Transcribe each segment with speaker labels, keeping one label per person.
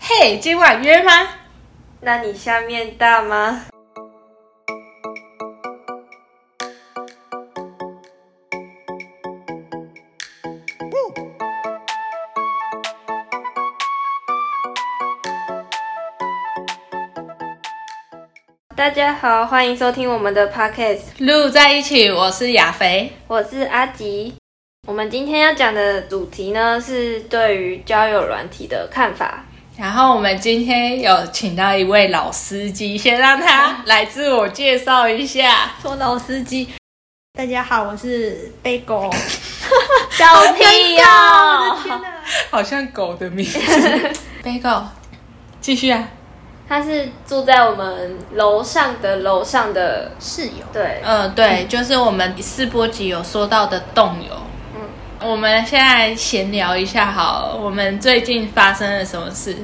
Speaker 1: 嘿，今晚约吗？
Speaker 2: 那你下面大吗？大家好，欢迎收听我们的 podcast，
Speaker 1: 录在一起，我是亚肥。
Speaker 2: 我是阿吉。我们今天要讲的主题呢，是对于交友软体的看法。
Speaker 1: 然后我们今天有请到一位老司机，先让他来自我介绍一下。
Speaker 3: 说老司机。大家好，我是贝狗。
Speaker 2: 笑屁哦哟、
Speaker 1: 好像狗的名 字。Bagel，继续啊。
Speaker 2: 他是住在我们楼上的楼上的，
Speaker 3: 室友，
Speaker 2: 对，
Speaker 1: 嗯、对，就是我们四波集有说到的动友。嗯我们现在闲聊一下好了，我们最近发生了什么事？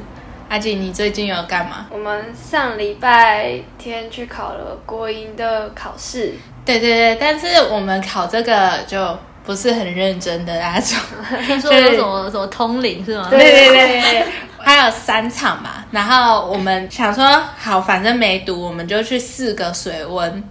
Speaker 1: 阿锦，你最近有干嘛？
Speaker 2: 我们上礼拜天去考了国营的考试，
Speaker 1: 对对对，但是我们考这个就不是很认真的那种。
Speaker 3: 听说有什么什么通灵是吗？
Speaker 2: 对
Speaker 1: 对对对，还有三场嘛，然后我们想说，好，反正没读，我们就去试个水温，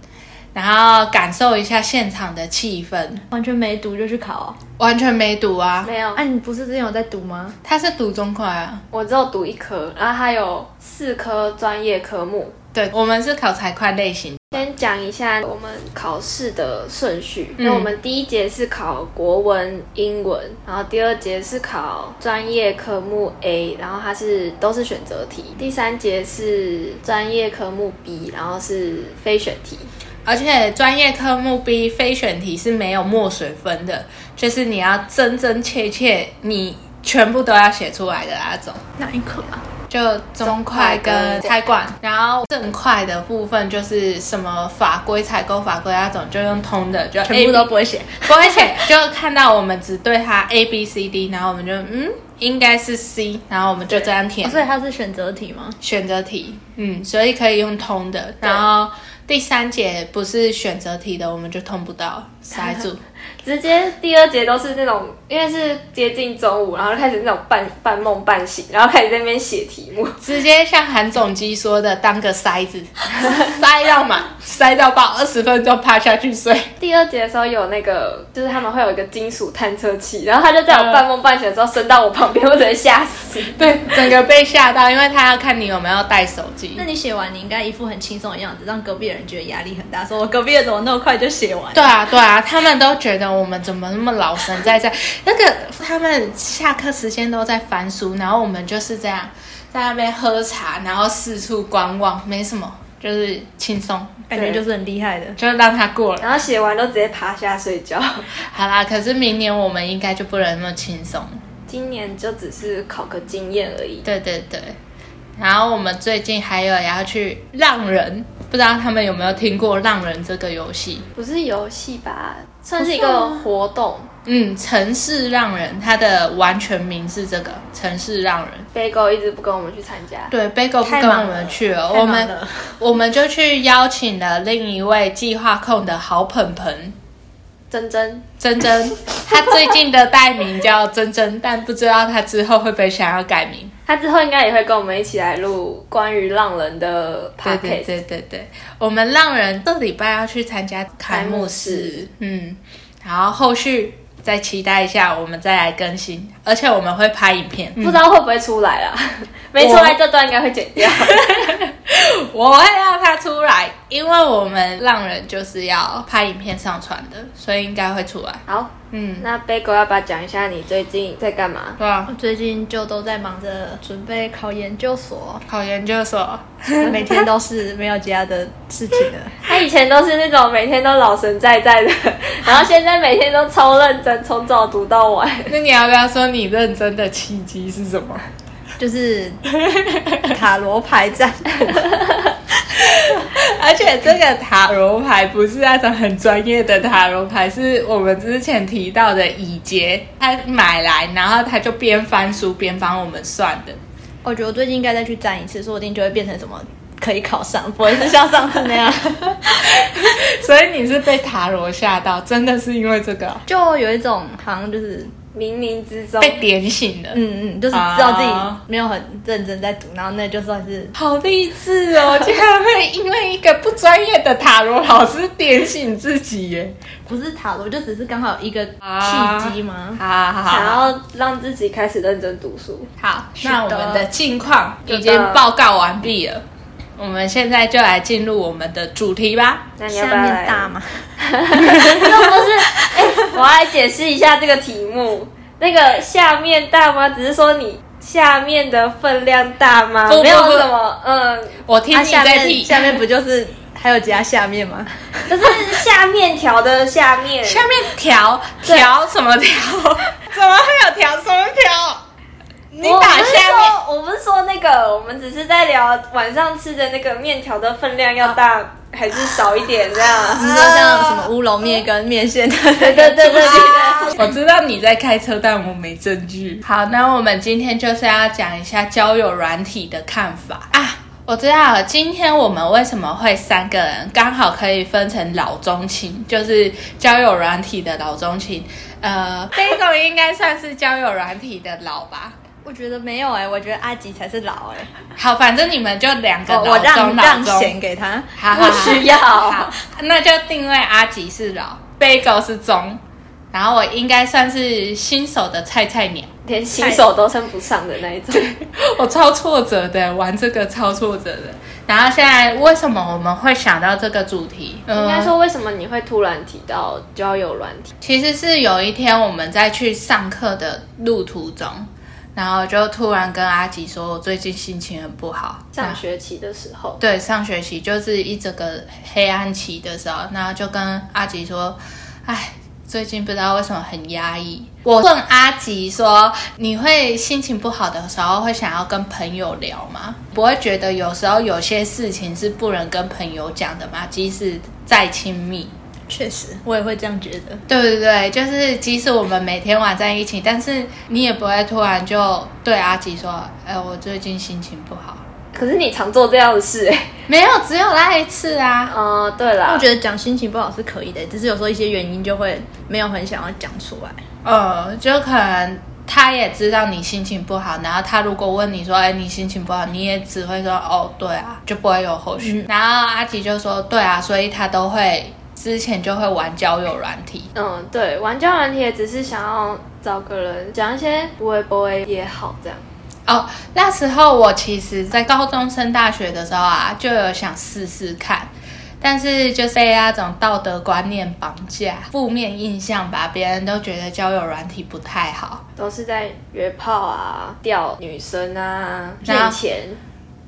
Speaker 1: 然后感受一下现场的气氛。
Speaker 3: 完全没读就去考、哦。
Speaker 1: 完全没读啊，
Speaker 2: 没有
Speaker 3: 啊，，你不是之前有在读吗？
Speaker 1: 他是读中快啊，
Speaker 2: 我只有读一科，然后还有四科专业科目。
Speaker 1: 对我们是考财会类型，
Speaker 2: 先讲一下我们考试的顺序。
Speaker 1: 嗯
Speaker 2: 那、我们第一节是考国文、英文，然后第二节是考专业科目 A，然后它是都是选择题。第三节是专业科目 B，然后是非选题。
Speaker 1: 而且专业科目 B 非选题是没有墨水分的，就是你要真真切切你全部都要写出来的那种。
Speaker 3: 哪一科啊？
Speaker 1: 就中快跟财管，然后正快的部分就是什么法规、采购法规啊那种，就用通的，就 A
Speaker 3: 全部都不会写。
Speaker 1: 不会写，就看到我们只对它 A B C D，然后我们就嗯应该是 C，然后我们就这样填
Speaker 3: 哦所以它是选择题吗？
Speaker 1: 选择题，嗯，所以可以用通的。然后第三节不是选择题的，我们就通不到，塞住。
Speaker 2: 直接第二节都是那种，因为是接近中午，然后就开始那种半半梦半醒，然后开始在那边写题目。
Speaker 1: 直接像韩总机说的，当个塞 子，塞到满，塞到爆，二十分钟趴下去睡。
Speaker 2: 第二节的时候有那个，就是他们会有一个金属探测器，然后他就在我半梦半醒的时候伸到我旁边，我直接吓 死。
Speaker 1: 对，整个被吓到，因为他要看你有没有带手机
Speaker 3: 那。你写完，你应该一副很轻松的样子，让隔壁的人觉得压力很大，说我隔壁的怎么那么快就写完？
Speaker 1: 对啊，对啊，他们都觉得我们怎么那么老神在在。那个他们下课时间都在翻书，然后我们就是这样在那边喝茶，然后四处观望，没什么，就是轻松，
Speaker 3: 感觉就是很厉害的。
Speaker 1: 就让他过了。
Speaker 2: 然后写完都直接趴下睡觉。
Speaker 1: 好啦，可是明年我们应该就不能那么轻松了。
Speaker 2: 今年就只是考个经验而已。
Speaker 1: 对对对。然后我们最近还有要去浪人，不知道他们有没有听过浪人这个游戏？
Speaker 2: 不是游戏吧，算是一个活动。
Speaker 1: 嗯，城市浪人，它的完全名是这个城市浪人。
Speaker 2: Bagel 一直不跟我们去参加，
Speaker 1: 对，Bagel 不
Speaker 3: 太
Speaker 1: 跟
Speaker 3: 忙
Speaker 1: 我们去了，
Speaker 3: 太
Speaker 1: 我
Speaker 3: 忙
Speaker 1: 们
Speaker 3: 了
Speaker 1: 我们就去邀请了另一位计划控的好捧捧
Speaker 2: 珍珍
Speaker 1: 珍珍，她最近的代名叫珍珍，但不知道她之后会不会想要改名。
Speaker 2: 他之后应该也会跟我们一起来录关于浪人的
Speaker 1: 对对
Speaker 2: podcast。
Speaker 1: 对对对，我们浪人这礼拜要去参加开幕
Speaker 2: 开幕
Speaker 1: 式，嗯，然后后续再期待一下，我们再来更新，而且我们会拍影片，
Speaker 2: 不知道会不会出来啦，啊 没出来这段应该会剪掉。
Speaker 1: 我会让它出来，因为我们浪人就是要拍影片上传的，所以应该会出来。
Speaker 2: 好，
Speaker 1: 嗯，
Speaker 2: 那 Bagel 要不要讲一下你最近在干嘛？
Speaker 1: 对啊
Speaker 3: 我，最近就都在忙着准备考研 究所，
Speaker 1: 考研究所，
Speaker 3: 每天都是没有其他的事情了。
Speaker 2: 他以前都是那种每天都老神在在的， 然后现在每天都超认真，从早读到晚。
Speaker 1: 那你要不要说你认真的契机是什么？
Speaker 3: 就是塔罗牌战，
Speaker 1: 而且这个塔罗牌不是那种很专业的塔罗牌，是我们之前提到的乙杰，他买来，然后他就边翻书边帮我们算的。
Speaker 3: 我觉得我最近应该再去战一次，说不定就会变成什么可以考上，不会是像上次 那样。
Speaker 1: 所以你是被塔罗吓到，真的是因为这个哦、
Speaker 3: 就有一种好像就是
Speaker 2: 冥冥之中
Speaker 1: 被点醒了。
Speaker 3: 嗯嗯，就是知道自
Speaker 1: 啊
Speaker 3: 己没有很认真在读，然后那就算是
Speaker 1: 好励志 哦！竟然会因为一个不专业的塔罗老师点醒自己耶！
Speaker 3: 不是塔罗，就只是刚好一个
Speaker 2: 啊
Speaker 3: 契机吗？
Speaker 1: 好好好
Speaker 2: 想
Speaker 1: 好，
Speaker 2: 要让自己开始认真读书。
Speaker 1: 好，
Speaker 3: 是
Speaker 1: 那我
Speaker 3: 的
Speaker 1: 们的近况
Speaker 2: 有
Speaker 1: 已
Speaker 2: 的
Speaker 1: 经报告完毕了，我们现在就来进入我们的主题吧。
Speaker 2: 那你要不要
Speaker 3: 下面大
Speaker 2: 来？
Speaker 3: 吗？
Speaker 2: 哎我要来解释一下这个题目。那个下面大吗？只是说你下面的分量大吗？
Speaker 1: 不不
Speaker 2: 没有
Speaker 1: 不
Speaker 2: 什么，嗯，
Speaker 1: 我听
Speaker 3: 啊，
Speaker 1: 你
Speaker 3: 下
Speaker 1: 在
Speaker 3: 面
Speaker 1: 替，
Speaker 3: 下面不就是还有加下面吗？
Speaker 2: 就是下面条的下面。
Speaker 1: 下面调调什么调？ 怎么会有调什么调？你
Speaker 2: 我
Speaker 1: 打
Speaker 2: 不是
Speaker 1: 下面，
Speaker 2: 说，我不是说那个，我们只是在聊晚上吃的那个面条的分量要大还是少一点这样。
Speaker 3: 你说像什么乌龙面跟面线的，
Speaker 2: 啊 对对对对对，
Speaker 1: 我知道你在开车，但我没证据。好，那我们今天就是要讲一下交友软体的看法啊。我知道了，今天我们为什么会三个人，刚好可以分成老中青，就是交友软体的老中青。呃，这种应该算是交友软体的老吧。
Speaker 3: 我觉得没有哎、我觉得阿吉才是老哎、
Speaker 1: 好，反正你们就两个
Speaker 3: 我
Speaker 1: 老中
Speaker 3: 哦我让
Speaker 1: 老
Speaker 3: 让
Speaker 1: 中
Speaker 3: 贤 给他，
Speaker 1: 好好
Speaker 2: 不
Speaker 1: 好
Speaker 2: 需要
Speaker 1: 好，那就定位阿吉是老，Bagel 是中，然后我应该算是新手的菜菜鸟。
Speaker 2: 连新手都称不上的那一种。
Speaker 1: 我哦超挫折的，玩这个超挫折的。然后现在为什么我们会想到这个主题？
Speaker 3: 嗯
Speaker 2: 应该说，为什么你会突然提到交友软体？
Speaker 1: 其实是有一天我们在去上课的路途中，然后就突然跟阿吉说，我最近心情很不好。
Speaker 2: 上学期的时候，
Speaker 1: 对，上学期就是一整个黑暗期的时候，然后就跟阿吉说，哎，最近不知道为什么很压抑。我问阿吉说，你会心情不好的时候会想要跟朋友聊吗？不会觉得有时候有些事情是不能跟朋友讲的吗？即使再亲密。
Speaker 3: 确实我也会这样觉得。
Speaker 1: 对对对，就是即使我们每天晚在一起，但是你也不会突然就对阿吉说：“哎，我最近心情不好。
Speaker 2: 可是你常做这样的事、欸。”
Speaker 1: 没有，只有那一次啊。
Speaker 2: 哦、对
Speaker 3: 我
Speaker 2: 啦，
Speaker 3: 觉得讲心情不好是可以的，只是有时候一些原因就会没有很想要讲出来。
Speaker 1: 呃，就可能他也知道你心情不好，然后他如果问你说，哎，你心情不好，你也只会说，哦，对啊，就不会有后续。然后阿吉就说，对啊，所以他都会之前就会玩交友软体。
Speaker 2: 嗯，对，玩交友软体也只是想要找个人讲一些不会不会也好这样。
Speaker 1: 哦，那时候我其实，在高中升大学的时候啊，就有想试试看，但是就是被那种道德观念绑架、负面印象吧，别人都觉得交友软体不太好。
Speaker 2: 都是在约炮啊、钓女生啊、
Speaker 1: 那
Speaker 2: 骗钱。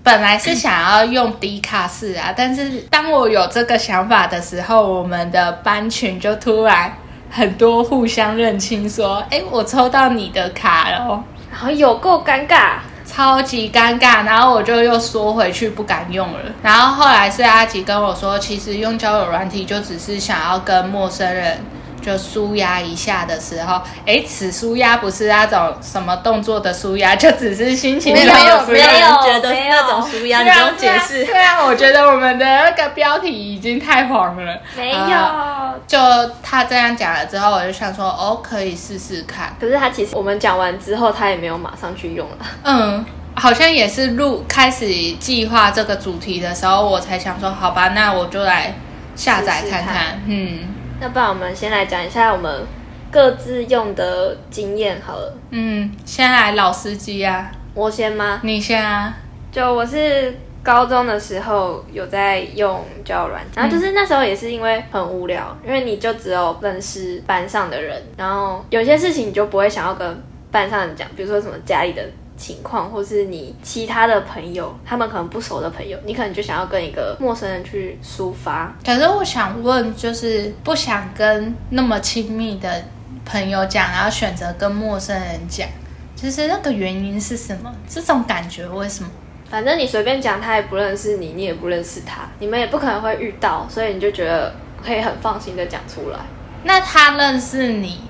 Speaker 1: 本来是想要用迪卡式啊，但是当我有这个想法的时候，我们的班群就突然很多互相认清，说：“哎、我抽到你的卡了哦，
Speaker 2: 然后有够尴尬，
Speaker 1: 超级尴尬。”然后我就又缩回去，不敢用了。然后后来是阿吉跟我说，其实用交友软体就只是想要跟陌生人。就舒压一下的时候，哎，此舒压不是那种什么动作的舒压，就只是心情
Speaker 2: 没有
Speaker 1: 上的舒
Speaker 3: 没
Speaker 1: 压
Speaker 3: 有
Speaker 2: 没有
Speaker 3: 人觉得是那种舒压，你不用解释
Speaker 1: 啊虽。然我觉得我们的那个标题已经太黄了，
Speaker 2: 没有。
Speaker 1: 啊就他这样讲了之后，我就想说，哦，可以试试看。
Speaker 2: 可是他其实我们讲完之后，他也没有马上去用了。
Speaker 1: 嗯，好像也是录开始计划这个主题的时候，我才想说，好吧，那我就来下载看看。
Speaker 2: 试
Speaker 1: 嗯
Speaker 2: 那不然我们先来讲一下我们各自用的经验好了。
Speaker 1: 嗯，先来老司机啊，
Speaker 2: 我先吗？
Speaker 1: 你先啊。
Speaker 2: 就我是高中的时候有在用交友软件，然后就是那时候也是因为很无聊，因为你就只有认识班上的人，然后有些事情你就不会想要跟班上人讲，比如说什么家里的。情况，或是你其他的朋友，他们可能不熟的朋友，你可能就想要跟一个陌生人去抒发，
Speaker 1: 可是我想问，就是不想跟那么亲密的朋友讲，然后选择跟陌生人讲，就是那个原因是什么？这种感觉为什么？
Speaker 2: 反正你随便讲，他也不认识你，你也不认识他，你们也不可能会遇到，所以你就觉得可以很放心的讲出来。
Speaker 1: 那他认识你，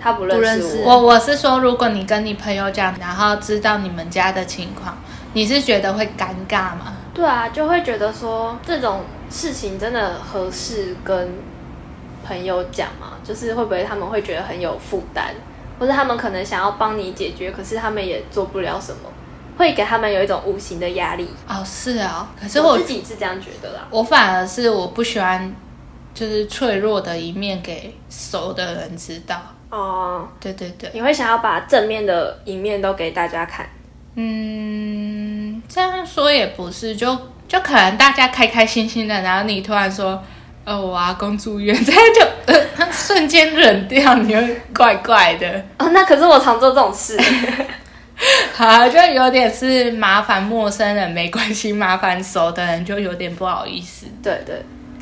Speaker 2: 他不认
Speaker 3: 不认
Speaker 2: 识
Speaker 3: 识
Speaker 2: 我，
Speaker 1: 我我是说，如果你跟你朋友讲，然后知道你们家的情况，你是觉得会尴尬吗？
Speaker 2: 对啊，就会觉得说这种事情真的合适跟朋友讲吗？就是会不会他们会觉得很有负担，或者他们可能想要帮你解决，可是他们也做不了什么，会给他们有一种无形的压力。
Speaker 1: 哦，是啊、可是
Speaker 2: 所以我
Speaker 1: 我
Speaker 2: 自己是这样觉得啦。
Speaker 1: 我反而是我不喜欢，就是脆弱的一面给熟的人知道。
Speaker 2: 哦，
Speaker 1: 对对对，
Speaker 2: 你会想要把正面的一面都给大家看。
Speaker 1: 嗯，这样说也不是，就就可能大家开开心心的，然后你突然说，呃，我阿公住院，这样 就、呃、瞬间冷掉，你会怪怪的，
Speaker 2: 哦，那可是我常做这种 事。
Speaker 1: 好、就有点是麻烦陌生人没关系，麻烦熟的人就有点不好意思。
Speaker 2: 对对，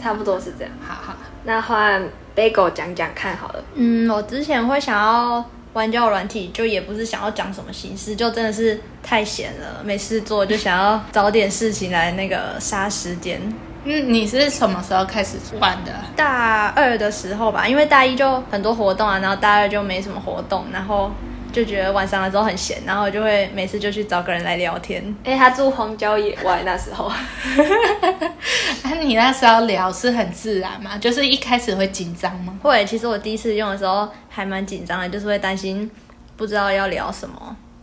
Speaker 2: 差不多是这样。
Speaker 1: 好好，
Speaker 2: 那换 Bagel 讲讲看好了。
Speaker 3: 嗯，我之前会想要玩交友软体，就也不是想要讲什么心事，就真的是太闲了，没事做，就想要找点事情来那个杀时间。
Speaker 1: 嗯，你是什么时候开始玩的？
Speaker 3: 大二的时候吧，因为大一就很多活动啊，然后大二就没什么活动，然后就觉得晚上的时候很闲，然后就会每次就去找个人来聊天。
Speaker 2: 哎、他住荒郊野外那时候，
Speaker 1: 那、啊你那时候聊是很自然吗？就是一开始会紧张吗？
Speaker 3: 会，其实我第一次用的时候还蛮紧张的，就是会担心不知道要聊什么。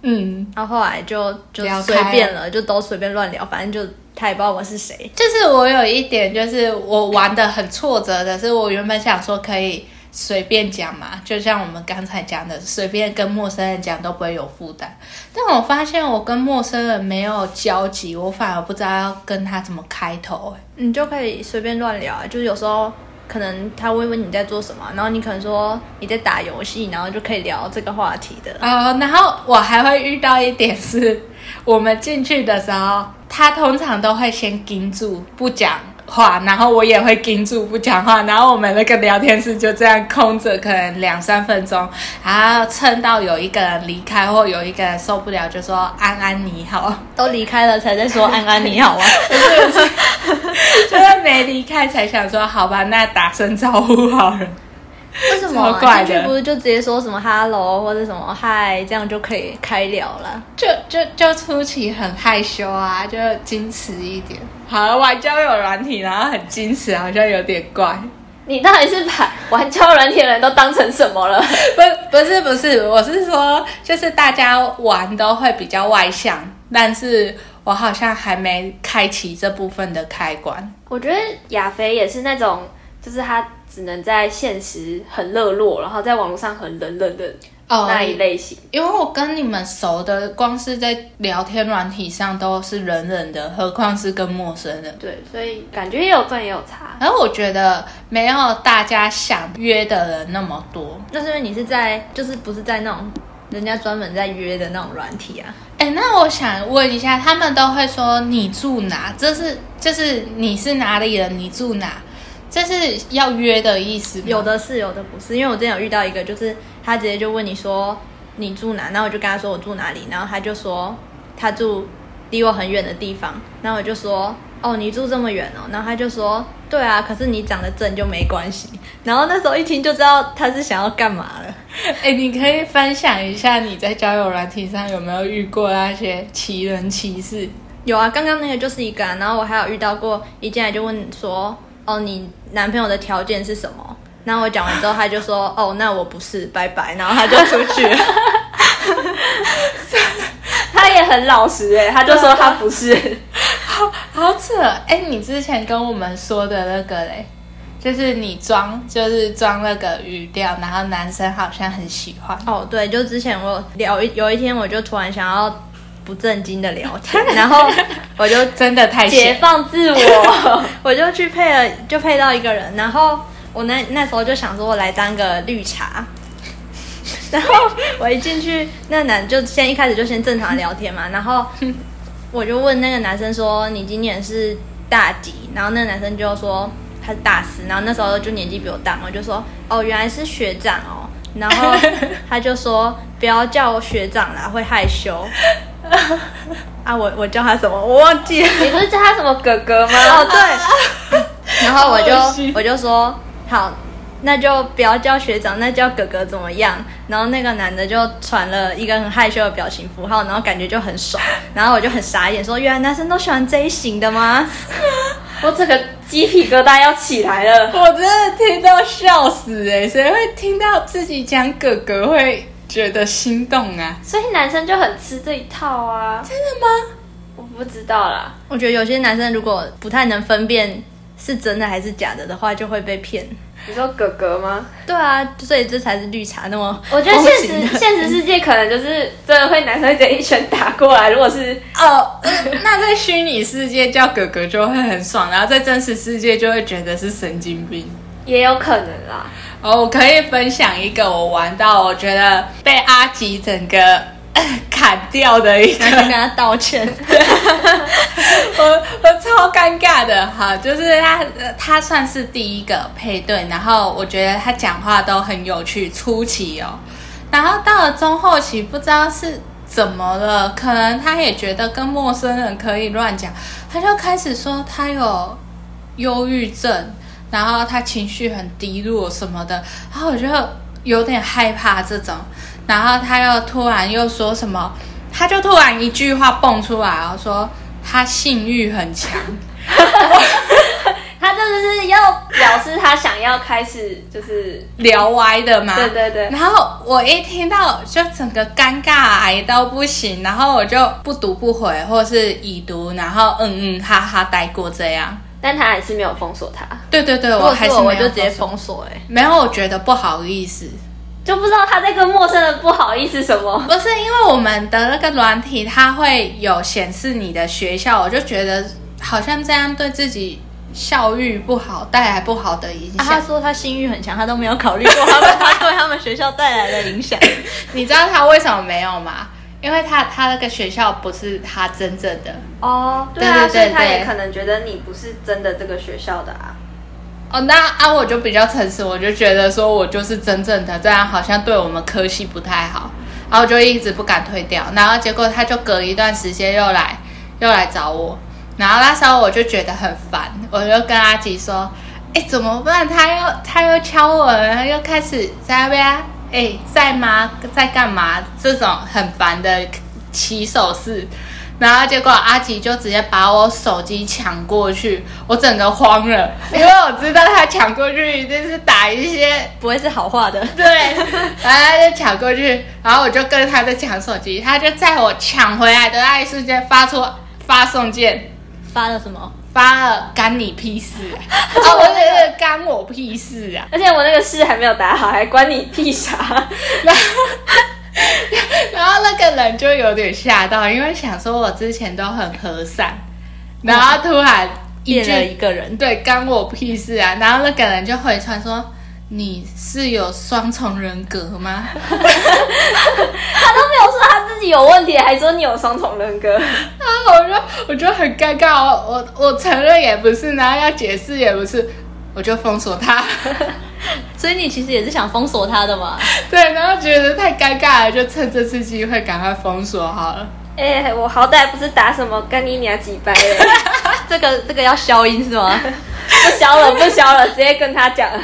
Speaker 1: 嗯，
Speaker 3: 然后后来就就
Speaker 1: 聊开
Speaker 3: 随便了，就都随便乱聊，反正就他也不知道我是谁。
Speaker 1: 就是我有一点，就是我玩的很挫折的是，我原本想说可以随便讲嘛，就像我们刚才讲的，随便跟陌生人讲都不会有负担。但我发现我跟陌生人没有交集，我反而不知道要跟他怎么开头、欸。
Speaker 3: 你就可以随便乱聊啊，就是有时候可能他会问你在做什么啊，然后你可能说你在打游戏，然后就可以聊这个话题的。
Speaker 1: 呃，然后我还会遇到一点是，我们进去的时候，他通常都会先盯住不讲话，然后我也会盯住不讲话，然后我们那个聊天室就这样空着，可能两三分钟，然后撑到有一个人离开或有一个人受不了，就说安安你好，
Speaker 3: 都离开了才在说安安你 好啊，
Speaker 1: 就是没离开才想说好吧，那打声招呼好了。
Speaker 3: 为什么啊
Speaker 1: 超怪的
Speaker 3: 进去不是就直接说什么 hello 或者什么嗨，这样就可以开聊了？
Speaker 1: 就就就初期很害羞啊，就矜持一点。好，玩交友软体，然后很矜持，好像有点怪。
Speaker 2: 你到底是把玩交友软体的人都当成什么了？
Speaker 1: 不，不是不是，我是说，就是大家玩都会比较外向，但是我好像还没开启这部分的开关。
Speaker 2: 我觉得亚肥也是那种，就是他只能在现实很热络，然后在网络上很冷冷的
Speaker 1: 哦
Speaker 2: 那一类型。
Speaker 1: 因为我跟你们熟的，光是在聊天软体上都是人人的，何况是跟陌生人。
Speaker 2: 对，所以感觉也有赚也有差。
Speaker 1: 然后我觉得没有大家想约的人那么多。
Speaker 3: 那是因为你是在就是不是在那种人家专门在约的那种软体啊？
Speaker 1: 哎，那我想问一下，他们都会说你住哪？这是就是你是哪里人？你住哪？这是要约的意思吗？
Speaker 3: 有的是，有的不是。因为我之前有遇到一个，就是他直接就问你说你住哪，然后我就跟他说我住哪里，然后他就说他住离我很远的地方，然后我就说哦你住这么远哦，然后他就说对啊，可是你长得正就没关系。然后那时候一听就知道他是想要干嘛了。
Speaker 1: 哎、你可以分享一下你在交友软体上有没有遇过那些奇人奇事？
Speaker 3: 有啊，刚刚那个就是一个、啊，然后我还有遇到过一进来就问说，哦，你男朋友的条件是什么？然后我讲完之后，他就说，哦，那我不是，拜拜，然后他就出去了。
Speaker 2: 他也很老实哎、他就说他不 是。
Speaker 1: 好扯！哎、你之前跟我们说的那个嘞，就是你装，就是装那个语调，然后男生好像很喜欢。
Speaker 3: 哦，对，就之前我有聊一有一天，我就突然想要不正经的聊天，然后我就
Speaker 1: 真的太
Speaker 2: 解
Speaker 1: 闲，
Speaker 2: 放自我，
Speaker 3: 我就去配了，就配到一个人，然后我那那时候就想说，我来当个 绿茶。然后我一进去，那男就先一开始就先正常聊天嘛，然后我就问那个男生说：“你今年是大几？”然后那个男生就说他是大四，然后那时候就年纪比我大，我就说：“哦，原来是学长哦。”然 后他就说：“不要叫我学长啦，会害羞。”啊，我我叫他什么？我忘记了。
Speaker 2: 你不是叫他什么哥 哥
Speaker 3: 哦，
Speaker 2: 吗？
Speaker 3: 对。 然后我
Speaker 1: 好恶心
Speaker 3: 就我就说好，那就不要叫学长，那叫哥哥怎么样？然后那个男的就传了一个很害羞的表情符号，然后感觉就很爽，然后我就很傻眼，说原来男生都喜欢这一型的吗？
Speaker 2: 我整个鸡皮疙瘩要起来 了。
Speaker 1: 我真的听到笑死哎、欸！谁会听到自己讲哥哥会觉得心动啊？
Speaker 2: 所以男生就很吃这一套啊。
Speaker 1: 真的吗？
Speaker 2: 我不知道啦，
Speaker 3: 我觉得有些男生如果不太能分辨是真的还是假的的话，就会被骗。
Speaker 2: 你说哥哥吗？
Speaker 3: 对啊，所以这才是绿茶那 么
Speaker 2: 我觉得现
Speaker 3: 风行
Speaker 2: 实
Speaker 3: 的
Speaker 2: 现实世界可能就是真的会男生直接一拳打过来，如果是
Speaker 1: 哦，那在虚拟世界叫哥哥就会很爽，然后在真实世界就会觉得是神经病。
Speaker 2: 也有可能啦。
Speaker 1: 哦，我可以分享一个我玩到我觉得被阿吉整个、 呃砍掉的一个
Speaker 3: 男生跟他 道歉。
Speaker 1: 我我超尴尬的哈，就是他呃他算是第一个配对，然后我觉得他讲话都很有趣，初期哦，然后到了中后期不知道是怎么了，可能他也觉得跟陌生人可以乱讲，他就开始说他有忧郁症，然后他情绪很低落什么的，然后我就有点害怕这种，然后他又突然又说什么，他就突然一句话蹦出来哦，说他性欲很 强，
Speaker 2: 他这就是要表示他想要开始，就是
Speaker 1: 聊歪的嘛，
Speaker 2: 对对对
Speaker 1: 然后我一听到就整个尴尬癌到不行，然后我就不读不回，或是已读，然后嗯嗯哈哈待过这样。
Speaker 2: 但他还是没有封锁他，
Speaker 1: 对对对，
Speaker 3: 如果
Speaker 1: 还
Speaker 3: 是
Speaker 1: 是
Speaker 3: 我，我
Speaker 1: 没有
Speaker 3: 就直接
Speaker 1: 封锁
Speaker 3: 封锁哎、
Speaker 1: 没有，我觉得不好意思。
Speaker 2: 就不知道他在跟陌生人不好意思什么。
Speaker 1: 不是因为我们的那个软体，它会有显示你的学校，我就觉得好像这样对自己效率不好，带来不好的影
Speaker 3: 啊
Speaker 1: 响。
Speaker 3: 他说他性欲很强，他都没有考虑过他们他对他们学校带来的影响。
Speaker 1: 你知道他为什么没有吗？因为他他那个学校不是他真正的
Speaker 2: 哦，对
Speaker 1: 对
Speaker 2: 啊，
Speaker 1: 对
Speaker 2: 所以他
Speaker 1: 对
Speaker 2: 也可能觉得你不是真的这个学校的啊。
Speaker 1: 哦，那啊我就比较诚实，我就觉得说我就是真正的，这样好像对我们科系不太好，然后我就一直不敢退掉，然后结果他就隔一段时间又来又来找我，然后那时候我就觉得很烦，我就跟阿吉说，哎怎么办？他又他又敲我了，又开始在那边哎在吗？在干嘛？这种很烦的起手式。然后结果阿吉就直接把我手机抢过去，我整个慌 了，因为我知道他抢过去一定是打一些
Speaker 3: 不会是好话的。
Speaker 1: 对，然后他就抢过去，然后我就跟他在抢手机，他就在我抢回来的那一瞬间发出发送键，
Speaker 3: 发了什么？
Speaker 1: 发了干你屁事 啊！哦，我觉得干我屁事啊！
Speaker 2: 而且我那个试还没有打好，还关你屁啥？
Speaker 1: 然后，然后那个人就有点吓到，因为想说我之前都很和善，然后突然一
Speaker 3: 变了
Speaker 1: 句
Speaker 3: 一个人，
Speaker 1: 对，干我屁事啊！然后那个人就回传说：“你是有双重人格吗
Speaker 2: 他都没有说他自己有问题，还说你有双重人格。？”
Speaker 1: 然后 我就我就很尴尬，我我我承认也不是，然后要解释也不是，我就封锁 他。
Speaker 3: 所以你其实也是想封锁他的嘛？
Speaker 1: 对，然后觉得太尴尬了，就趁这次机会赶快封锁好了。
Speaker 2: 哎、我好歹不是打什么干你娘几掰、欸，
Speaker 3: 这个这个要消音是吗？
Speaker 2: 不消了，不消了，直接跟他讲了。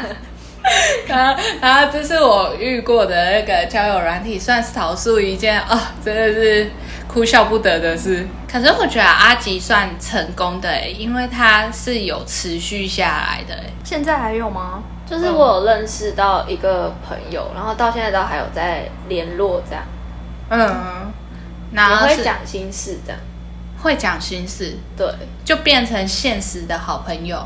Speaker 1: 然后，然后这是我遇过的那个交友软体，算少数一件哦，真的是哭笑不得的事。可是我觉得阿吉算成功的诶，因为他是有持续下来的诶。
Speaker 3: 现在还有吗？
Speaker 2: 就是我有认识到一个朋友，然后到现在都还有在联络，这样
Speaker 1: 嗯，然
Speaker 2: 也
Speaker 1: 后
Speaker 2: 会
Speaker 1: 是
Speaker 2: 讲心事，这样
Speaker 1: 会讲心事，
Speaker 2: 对。
Speaker 1: 就变成现实的好朋友。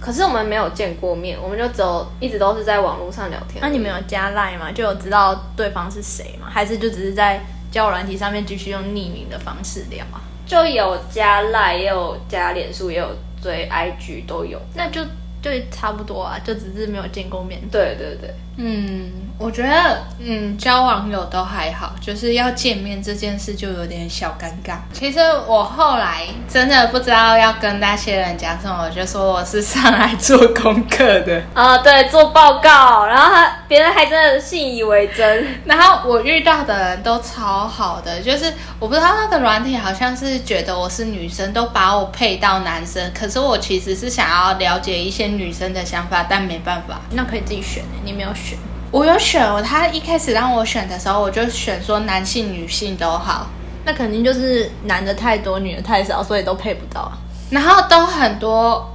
Speaker 2: 可是我们没有见过面，我们就只有一直都是在网络上聊天。
Speaker 3: 啊那、你们有加赖吗？就有知道对方是谁吗？还是就只是在交友软体上面继续用匿名的方式聊啊？
Speaker 2: 就有加赖，也有加脸书，也有追 IG，都有。
Speaker 3: 那就就差不多啊，就只是没有见过面。
Speaker 2: 对对对，
Speaker 1: 嗯，我觉得嗯，交网友都还好，就是要见面这件事就有点小尴尬。其实我后来真的不知道要跟那些人讲什么，我就说我是上来做功课的。
Speaker 2: 啊、对，做报告，然后他别人还真的信以为真。
Speaker 1: 然后我遇到的人都超好的，就是我不知道那个软体好像是觉得我是女生，都把我配到男生，可是我其实是想要了解一些女生的想法，但没办法。
Speaker 3: 那可以自己选、欸，你没有选。
Speaker 1: 我有选，他一开始让我选的时候，我就选说男性、女性都好。
Speaker 3: 那肯定就是男的太多，女的太少，所以都配不到啊。
Speaker 1: 然后都很多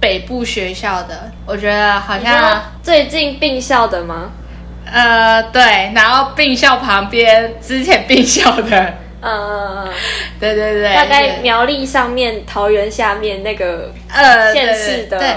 Speaker 1: 北部学校的，我觉得好
Speaker 2: 你知道
Speaker 1: 像
Speaker 2: 最近并校的吗？
Speaker 1: 呃，对，然后病校旁边之前病校的，
Speaker 2: 呃，
Speaker 1: 对对对，
Speaker 2: 大概
Speaker 1: 对
Speaker 2: 苗栗上面、桃园下面那个
Speaker 1: 呃
Speaker 2: 县
Speaker 1: 对
Speaker 2: 市的
Speaker 1: 对，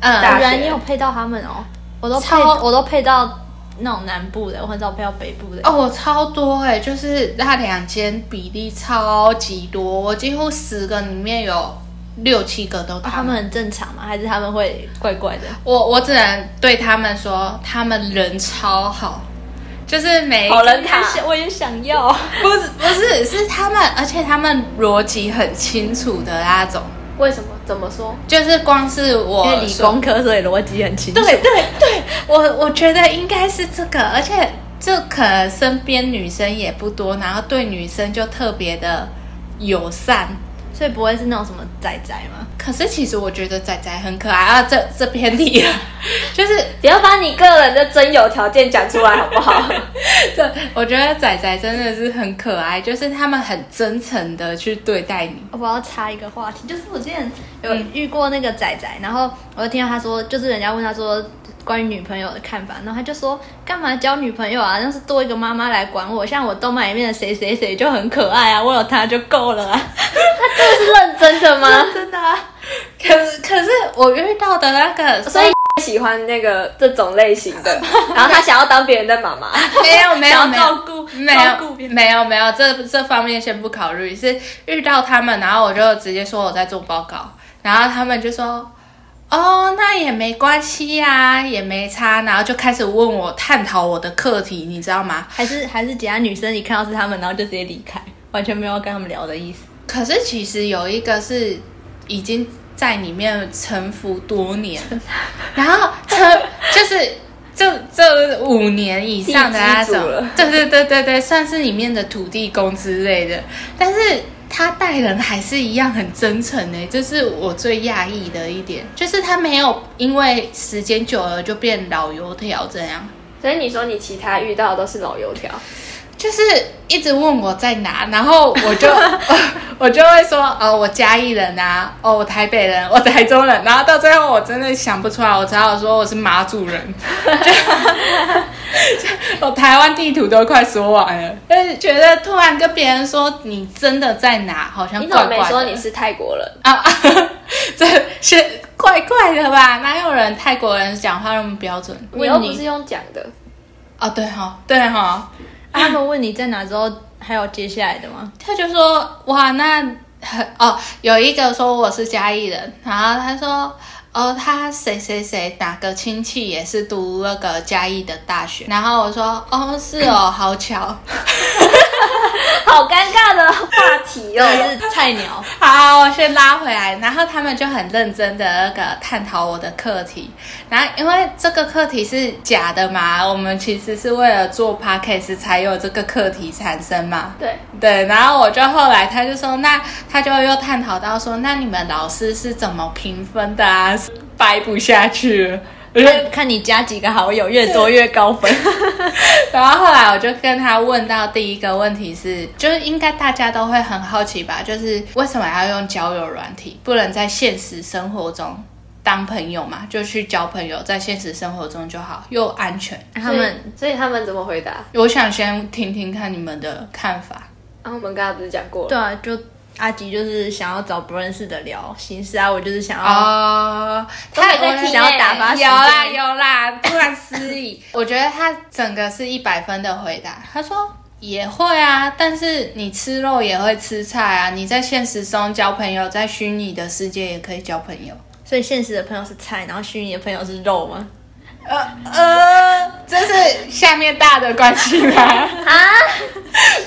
Speaker 1: 嗯，
Speaker 2: 大
Speaker 3: 果
Speaker 2: 学
Speaker 3: 哦然你有配到他们哦，我都配
Speaker 1: 超
Speaker 3: 我都配到那种南部的，我很少配到北部的。
Speaker 1: 哦，我超多哎、就是那两间比例超级多，我几乎十个里面有六七个都
Speaker 3: 啊他
Speaker 1: 他
Speaker 3: 们
Speaker 1: 们。
Speaker 3: 很正常吗？还是他们会怪怪的？
Speaker 1: 我我只能对他们说，他们人超好，就是每一
Speaker 2: 好啊
Speaker 1: 个
Speaker 2: 人卡
Speaker 3: 我也想我也想要，
Speaker 1: 不是不是是他们，而且他们逻辑很清楚的那种，
Speaker 2: 为什么？怎么说？
Speaker 1: 就是光是我
Speaker 3: 因为理
Speaker 1: 说
Speaker 3: 工科所以逻辑很清楚。
Speaker 1: 对对对，我我觉得应该是这个，而且这可能身边女生也不多，然后对女生就特别的友善。
Speaker 3: 所以不会是那种什么仔仔吗？
Speaker 1: 可是其实我觉得仔仔很可爱啊，这这偏题了， 就是
Speaker 2: 不要把你个人的真有条件讲出来好不好？
Speaker 1: 这我觉得仔仔真的是很可爱，就是他们很真诚的去对待你。
Speaker 3: 我要插一个话题，就是我之前有
Speaker 1: 嗯
Speaker 3: 遇过那个仔仔，然后我就听到他说，就是人家问他说关于女朋友的看法，然后他就说干嘛交女朋友啊？那是多一个妈妈来管我，像我动漫里面的谁谁谁就很可爱啊，我有他就够 了啊，
Speaker 2: 这是认真的吗？
Speaker 3: 真的啊。
Speaker 1: 可可是我遇到的那
Speaker 3: 哦
Speaker 1: 个，
Speaker 2: 所以喜欢那个这种类型的，然后他想要当别人的妈妈。
Speaker 1: 没 有没有
Speaker 3: 想
Speaker 1: 没
Speaker 3: 要
Speaker 1: 有
Speaker 3: 照顾
Speaker 1: 没
Speaker 3: 照顾别
Speaker 1: 有
Speaker 3: 人
Speaker 1: 没有没有这这方面先不考虑，是遇到他们，然后我就直接说我在做报告，然后他们就说。哦，那也没关系呀、也没差，然后就开始问我探讨我的课题，你知道吗？
Speaker 3: 还是还是其他女生一看到是他们，然后就直接离开，完全没有要跟他们聊的意思。
Speaker 1: 可是其实有一个是已经在里面沉浮多年，然后沉就是这这五年以上的那种
Speaker 2: 地基主了，
Speaker 1: 对对对对对，算是里面的土地公之类的，但是。他待人还是一样很真诚呢、这是我最讶异的一点，就是他没有因为时间久了就变老油条这样。
Speaker 2: 所以你说你其他遇到的都是老油
Speaker 1: 啊
Speaker 2: 条，
Speaker 1: 就是一直问我在哪，然后我 就 我就会说，哦，我嘉义人啊，哦，我台北人，我台中人，然后到最后我真的想不出来，我只好说我是马祖 人，就就我台湾地图都快说完了，但是觉得突然跟别人说你真的在哪，好像
Speaker 2: 你怎
Speaker 1: 怪
Speaker 2: 么
Speaker 1: 怪的。
Speaker 2: 没说你是泰国人？
Speaker 1: 啊， 啊这是怪怪的吧？哪有人泰国人讲话那么标准？
Speaker 2: 你又
Speaker 1: 问
Speaker 2: 不是用讲的，
Speaker 1: 哦，对哈、对哈、
Speaker 3: 啊他们问你在哪之后，还有接下来的吗？
Speaker 1: 他就说哇，那很哦，有一个说我是嘉义人，然后他说哦，他谁谁谁哪个亲戚也是读那个嘉义的大学，然后我说哦是哦，好巧，
Speaker 2: 好尴尬的话题
Speaker 3: 真
Speaker 2: 哦。
Speaker 3: 的是菜鸟，
Speaker 1: 好，我先拉回来，然后他们就很认真的那个探讨我的课题，然后因为这个课题是假的嘛，我们其实是为了做 podcast 才有这个课题产生嘛，
Speaker 2: 对，
Speaker 1: 对，然后我就后来他就说，那他就又探讨到说，那你们老师是怎么评分的啊？是掰不下去了。
Speaker 3: 看你加几个好友，越多越高分。
Speaker 1: 然后后来我就跟他问到第一个问题是，就是应该大家都会很好奇吧，就是为什么要用交友软体，不能在现实生活中当朋友嘛？就去交朋友，在现实生活中就好，又安全。
Speaker 3: 他们
Speaker 2: 所以，所以他们怎么回答？
Speaker 1: 我想先听听看你们的看法。
Speaker 2: 啊，我们刚刚不是讲过了？
Speaker 3: 对啊，就阿吉就是想要找不认识的聊心事啊，我就是想要、
Speaker 1: 哦，
Speaker 2: 都
Speaker 1: 他
Speaker 2: 没在
Speaker 1: 我
Speaker 2: 听
Speaker 1: 想
Speaker 2: 欸
Speaker 1: 要打发时间
Speaker 3: 有
Speaker 1: 有
Speaker 3: 啦
Speaker 1: 啦有啦，突然失忆。 我觉得他整个是一百分的回答，他说。也会啊，但是你吃肉也会吃菜啊。你在现实中交朋友，在虚拟的世界也可以交朋友。
Speaker 3: 所以现实的朋友是菜，然后虚拟的朋友是肉吗？
Speaker 1: 呃，这是下面大的关系 吗？啊？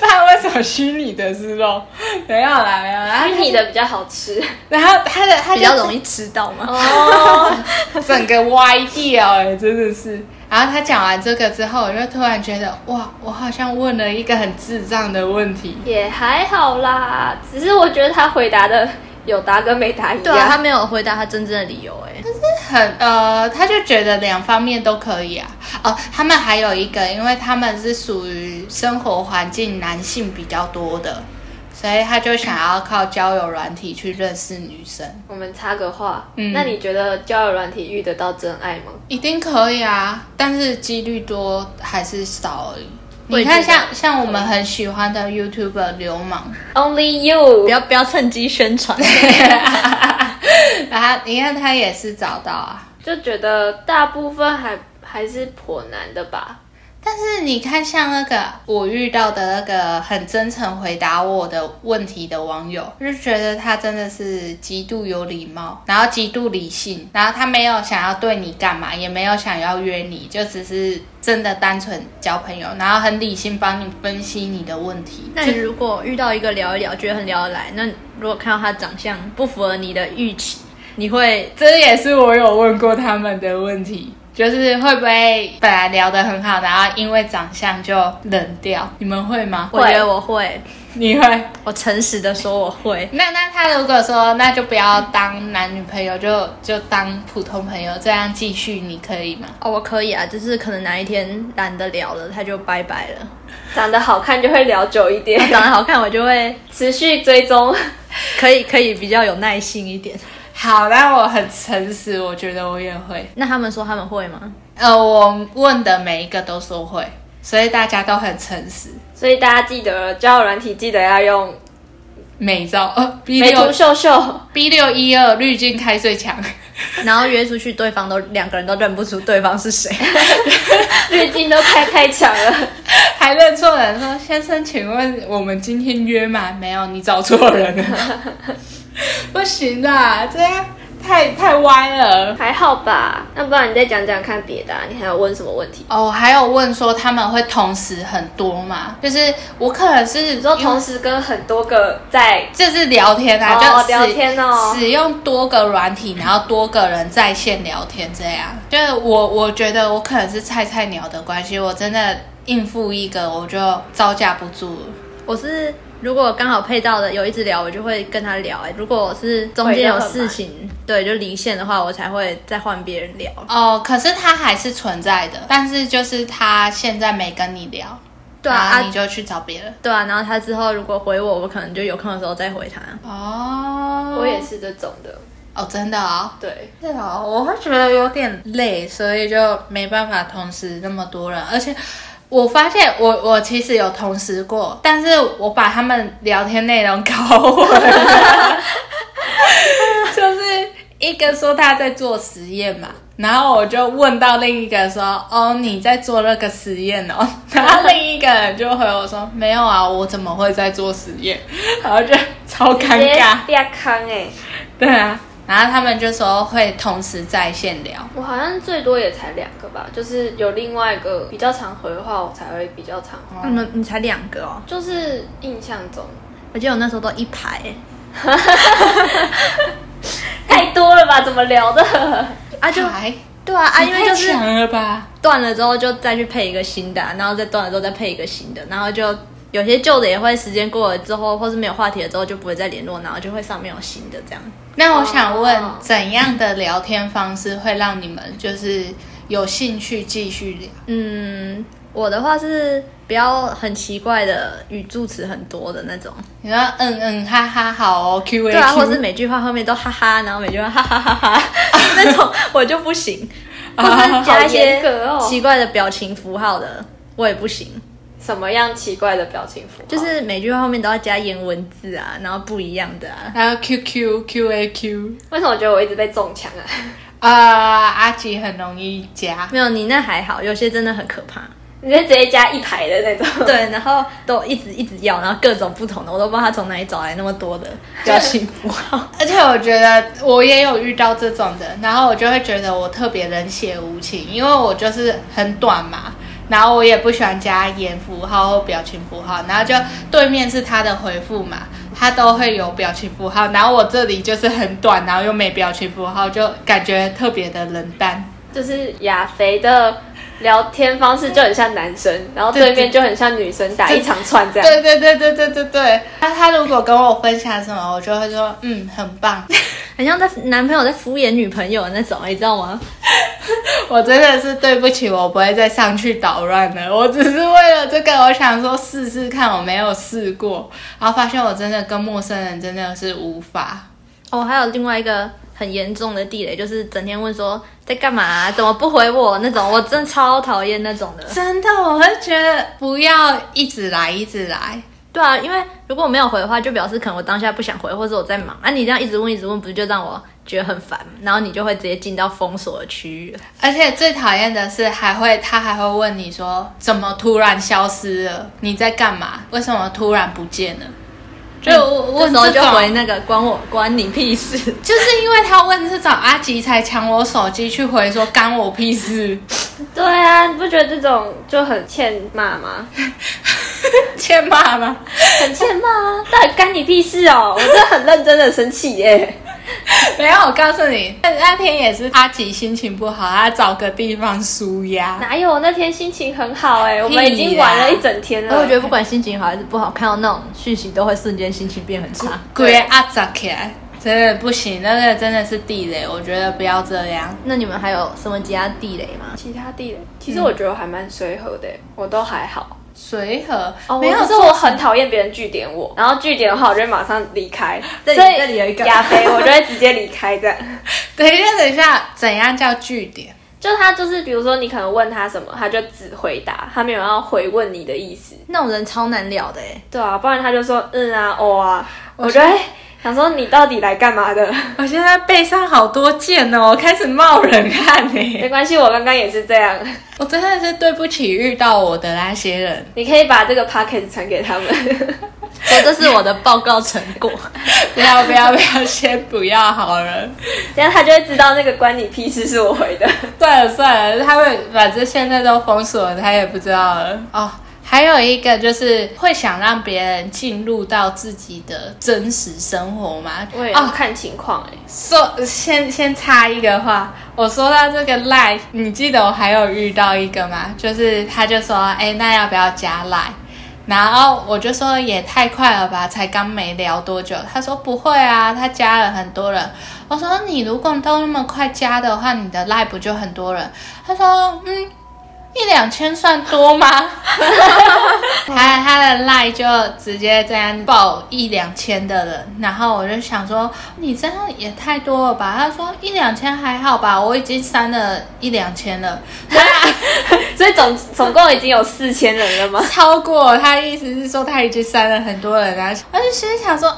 Speaker 1: 那为什么虚拟的是肉？没有啦，没有啦
Speaker 2: 虚。拟的比较好吃
Speaker 1: 然后他的他
Speaker 3: 比较
Speaker 1: 易。
Speaker 3: 容易吃到吗？
Speaker 2: 哦。
Speaker 1: 整个歪掉哎、真的是。然后他讲完这个之后，我就突然觉得，哇，我好像问了一个很智障的问题。
Speaker 2: 也还好啦，只是我觉得他回答的有答跟没答一
Speaker 3: 对啊，他
Speaker 2: 样。
Speaker 3: 没有回答他真正的理由、哎，
Speaker 1: 很呃，他就觉得两方面都可以啊。哦，他们还有一个，因为他们是属于生活环境男性比较多的，所以他就想要靠交友软体去认识女生，
Speaker 2: 我们插个话，
Speaker 1: 嗯
Speaker 2: 那你觉得交友软体遇得到真爱吗？
Speaker 1: 一定可以啊，但是几率多还是少而已。
Speaker 3: 我
Speaker 1: 你
Speaker 3: 也
Speaker 1: 看
Speaker 3: 觉得
Speaker 1: 像，像我们很喜欢的 YouTuber 流氓，
Speaker 2: Only you，
Speaker 3: 不要不要趁机宣 传。
Speaker 1: 然后你看他也是找到啊。
Speaker 2: 就觉得大部分还还是颇难的吧。
Speaker 1: 但是你看，像那个我遇到的那个很真诚回答我的问题的网友，我就觉得他真的是极度有礼貌，然后极度理性，然后他没有想要对你干嘛，也没有想要约你，就只是真的单纯交朋友，然后很理性帮你分析你的问题。
Speaker 3: 那你如果遇到一个聊一聊，觉得很聊得来，那如果看到他长相不符合你的预期，你会
Speaker 1: 这也是我有问过他们的问题，就是会不会本来聊得很好，然后因为长相就冷掉？你们会吗？
Speaker 3: 我觉得我会，
Speaker 1: 你会？
Speaker 3: 我诚实的说我会。
Speaker 1: 那那他如果说那就不要当男女朋友，就就当普通朋友，这样继续，你可以吗？
Speaker 3: 哦，我可以啊，只是可能哪一天懒得聊了，他就拜拜了。
Speaker 2: 长得好看就会聊久一点
Speaker 3: 他， 长得好看，我就会
Speaker 2: 持续追踪。
Speaker 3: 可以可以比较有耐心一点。
Speaker 1: 好，那我很诚实，我觉得我也会。
Speaker 3: 那他们说他们会吗？
Speaker 1: 呃，我问的每一个都说会，所以大家都很诚实。
Speaker 2: 所以大家记得交友软体记得要用
Speaker 1: 美 照呃 B
Speaker 2: 美图
Speaker 1: 六
Speaker 2: 秀秀，
Speaker 1: B 六一二滤镜开最强，
Speaker 3: 然后约出去，对方都两个人都认不出对方是谁。
Speaker 2: 滤镜都开开抢了。
Speaker 1: 还认错人说先生，请问我们今天约吗？没有，你找错人 了。不行啦，这样太太歪了。
Speaker 2: 还好吧，那不然你再讲讲看别的、啊，你还要问什么问题？
Speaker 1: 哦，我还有问说他们会同时很多嘛？就是我可能是
Speaker 2: 你说同
Speaker 1: 时
Speaker 2: 时跟很多个在
Speaker 1: 就是聊天啊，
Speaker 2: 哦
Speaker 1: 就
Speaker 2: 聊天哦
Speaker 1: 使用多个软体，然后多个人在线聊天这样。就是我我觉得我可能是菜菜鸟的关系，我真的应付一个我就招架不住了。
Speaker 3: 我是如果刚好配到的有一直聊，我就会跟他聊、欸。如果我是中间有事情，对，就离线的话，我才会再换别人聊。
Speaker 1: 哦，可是它还是存在的，但是就是他现在没跟你聊，
Speaker 3: 对啊
Speaker 1: 然后你
Speaker 3: 啊，
Speaker 1: 就去找别人。
Speaker 3: 对啊，然后他之后如果回我，我可能就有空的时候再回他。
Speaker 1: 哦，
Speaker 2: 我也是这种的，
Speaker 1: 哦，真的哦。
Speaker 2: 对，
Speaker 1: 是哦，我会觉得有点累，所以就没办法同时那么多人，而且。我发现我我其实有同时过，但是我把他们聊天内容搞混 了，就是一个说他在做实验嘛，然后我就问到另一个说哦你在做那个实验哦， 然后另一个人就回我说没有啊，我怎么会在做实验，然后就超尴
Speaker 2: 直接
Speaker 1: 尬，
Speaker 2: 掉坑哎，
Speaker 1: 对啊，然后他们就说会同时在线聊。
Speaker 2: 我好像最多也才两个吧，就是有另外一个比较常回的话，我才会比较常回，
Speaker 1: 哦
Speaker 3: 你们你才两个哦，
Speaker 2: 就是印象 中
Speaker 3: 我记得我那时候都一排、欸。
Speaker 2: 太多了吧，怎么聊的？
Speaker 3: 啊就
Speaker 1: 还
Speaker 3: 对啊啊，因为就是
Speaker 1: 太强了吧？
Speaker 3: 断了之后就再去配一个新的啊、然后再断了之后再配一个新的，然后就有些旧的也会时间过了之后，或是没有话题了之后就不会再联络，然后就会上面有新的这样。
Speaker 1: 那我想问
Speaker 2: 哦，
Speaker 1: 怎样的聊天方式会让你们就是有兴趣继续聊？
Speaker 3: 嗯，我的话是比较很奇怪的语助词很多的那种，
Speaker 1: 你说嗯嗯哈哈好哦，Q A
Speaker 3: 对啊，或
Speaker 1: Q，
Speaker 3: 是每句话后面都哈哈，然后每句话哈哈哈哈那种，我就不行，或是加一
Speaker 2: 好严
Speaker 3: 些
Speaker 2: 格哦
Speaker 3: 奇怪的表情符号的，我也不行。
Speaker 2: 什么样奇怪的表情符号？
Speaker 3: 就是每句话后面都要加颜文字啊，然后不一样的啊。
Speaker 1: 还有 Q Q Q A Q，
Speaker 2: 为什么我觉得我一直被中枪啊？
Speaker 1: 啊，阿吉很容易加。
Speaker 3: 没有，你那还好，有些真的很可怕。
Speaker 2: 你就直接加一排的那种，
Speaker 3: 对，然后都一直一直要，然后各种不同的，我都不知道他从哪里找来那么 多的表情符号。
Speaker 1: 而且我觉得我也有遇到这种的，然后我就会觉得我特别冷血无情，因为我就是很短嘛，然后我也不喜欢加言符号或表情符号，然后就对面是他的回复嘛，他都会有表情符号，然后我这里就是很短，然后又没表情符号，就感觉特别的冷淡。
Speaker 2: 就是亚肥的聊天方式就很像男生，然后对面就很像女生打一长串这样。
Speaker 1: 对对对对对对对，那他如果跟我分享什么，我就会说嗯很棒，
Speaker 3: 很像在男朋友在敷衍女朋友的那种，你知道吗？
Speaker 1: 我真的是对不起，我不会再上去捣乱了。我只是为了这个，我想说试试看，我没有试过，然后发现我真的跟陌生人真的是无法。
Speaker 3: 哦，还有另外一个很严重的地雷，就是整天问说在干嘛啊、怎么不回我那种，我真的超讨厌那种的。
Speaker 1: 真的，我会觉得不要一直来，一直来。
Speaker 3: 对啊，因为如果我没有回的话，就表示可能我当下不想回，或者我在忙啊。你这样一直问一直问，不就让我觉得很烦？然后你就会直接进到封锁的区域了。
Speaker 1: 而且最讨厌的是，还会他还会问你说，怎么突然消失了？你在干嘛？为什么突然不见了？就我
Speaker 3: 这
Speaker 1: 问
Speaker 3: 时候
Speaker 1: 这
Speaker 3: 就
Speaker 1: 种
Speaker 3: 回那个关我关你屁 事。
Speaker 1: 就是因为他问这种阿啊吉才抢我手机去回说干我屁事，
Speaker 2: 对啊，你不觉得这种就很欠骂 吗？
Speaker 1: 欠骂吗？
Speaker 2: 很欠骂啊！到底干你屁事哦！我真的很认真的生气 耶。
Speaker 1: 没有，我告诉你，那那天也是阿吉心情不好，他找个地方舒压。
Speaker 2: 哪有？那天心情很好哎，我们已经玩了一整天了。
Speaker 3: 而我觉得不管心情好还是不好，看到那种讯息都会瞬间心情变很差。
Speaker 1: 鬼阿扎起来，真的不行，那个真的是地雷，我觉得不要这样。
Speaker 3: 那你们还有什么其他地雷吗？
Speaker 2: 其他地雷，其实我觉得我还蛮随和的耶，我都还好。
Speaker 1: 随和，
Speaker 2: 没
Speaker 1: 没
Speaker 2: 有，
Speaker 1: 有
Speaker 2: 是嗯哦我很讨厌别人据点我，然后据点的话，我就会马上离开。
Speaker 3: 这里
Speaker 2: 所以
Speaker 3: 这里有一个
Speaker 2: 亚飞，我就会直接离开这样。
Speaker 1: 等一下，等一下，怎样叫据点？
Speaker 2: 就他就是，比如说你可能问他什么，他就只回答，他没有要回问你的意思。
Speaker 3: 那种人超难聊的哎、
Speaker 2: 对啊，不然他就说嗯啊哦啊，我就会想说你到底来干嘛 的？
Speaker 1: 我现在背上好多箭哦，我开始冒冷汗呢、
Speaker 2: 没关系，我刚刚也是这样。
Speaker 1: 我真的是对不起遇到我的那些人。
Speaker 2: 你可以把这个 p o c k e t 传给他们。
Speaker 3: 所哦以这是我的报告成 果。
Speaker 1: 不要不要不要，先不要好了。
Speaker 2: 这样他就会知道那个关你屁事是我回的。
Speaker 1: 算了算了，他们反正现在都封锁了，他也不知道了。哦，还有一个就是会想让别人进入到自己的真实生活嘛。
Speaker 2: 哦，
Speaker 1: 哦，
Speaker 2: 看情况哎、
Speaker 1: 说先先插一个话，我说到这个赖，你记得我还有遇到一个吗？就是他就说，哎，那要不要加赖？然后我就说也太快了吧，才刚没聊多久。他说不会啊，他加了很多人。我说你如果都那么快加的话，你的赖不就很多人？他说嗯，一两千算多吗？他他的赖就直接这样报一两千的人，然后我就想说你这样也太多了吧？他说一两千还好吧，我已经删了一两千了。
Speaker 2: 所以总总共已经有四千人了吗？
Speaker 1: 超过，他意思是说他已经删了很多人啊。我就心里想说啊，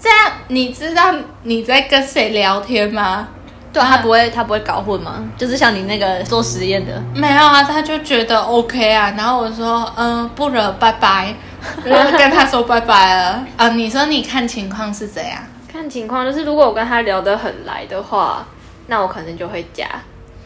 Speaker 1: 这样你知道你在跟谁聊天吗？
Speaker 3: 对啊，他不会他不会搞混吗？就是像你那个做实验的，
Speaker 1: 没有啊，他就觉得 OK 啊。然后我说嗯，不了，拜拜。 然后跟他说拜拜了啊。你说你看情况是怎样？
Speaker 2: 看情况，就是如果我跟他聊得很来的话，那我可能就会加。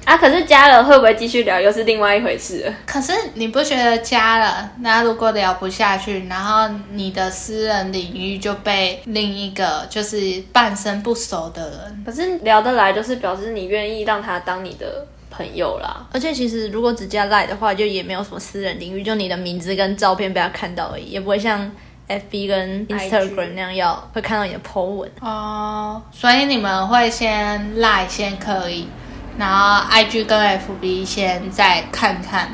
Speaker 2: 啊，可是加了会不会继续聊，又是另外一回事了。
Speaker 1: 可是你不觉得加了，那如果聊不下去，然后你的私人领域就被另一个就是半生不熟的人，
Speaker 2: 可是聊得来，就是表示你愿意让他当你的朋友啦。
Speaker 3: 而且其实如果只加 Line 的话，就也没有什么私人领域，就你的名字跟照片被他看到而已，也不会像 FB 跟 Instagram 那样要会看到你的 po 文。
Speaker 1: 哦，所以你们会先赖先可以，然后 IG 跟 FB 先再看看。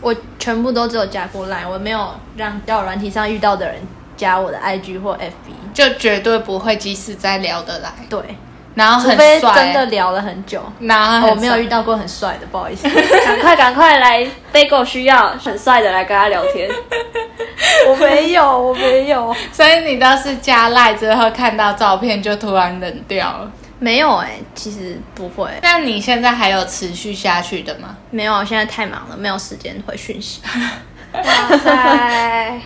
Speaker 3: 我全部都只有加过 Line，我没有让交友软体上遇到的人加我的 IG 或 FB。
Speaker 1: 就绝对不会即使再聊得来，
Speaker 3: 对，
Speaker 1: 然后
Speaker 3: 除
Speaker 1: 很
Speaker 3: 非
Speaker 1: 帅，
Speaker 3: 真的聊了很久，哦
Speaker 1: 然后
Speaker 3: 我
Speaker 1: 很
Speaker 3: 没有
Speaker 1: 帅
Speaker 3: 遇到过很帅的，不好意 思。
Speaker 2: 赶快赶快来，被狗需要很帅的来跟他聊天。
Speaker 3: 我没有，我没有，
Speaker 1: 所以你倒是加赖之后看到照片就突然冷掉了。
Speaker 3: 没有哎、其实不会，
Speaker 1: 那你现在还有持续下去的吗？
Speaker 3: 没有，现在太忙了，没有时间回讯息。
Speaker 2: 哇塞，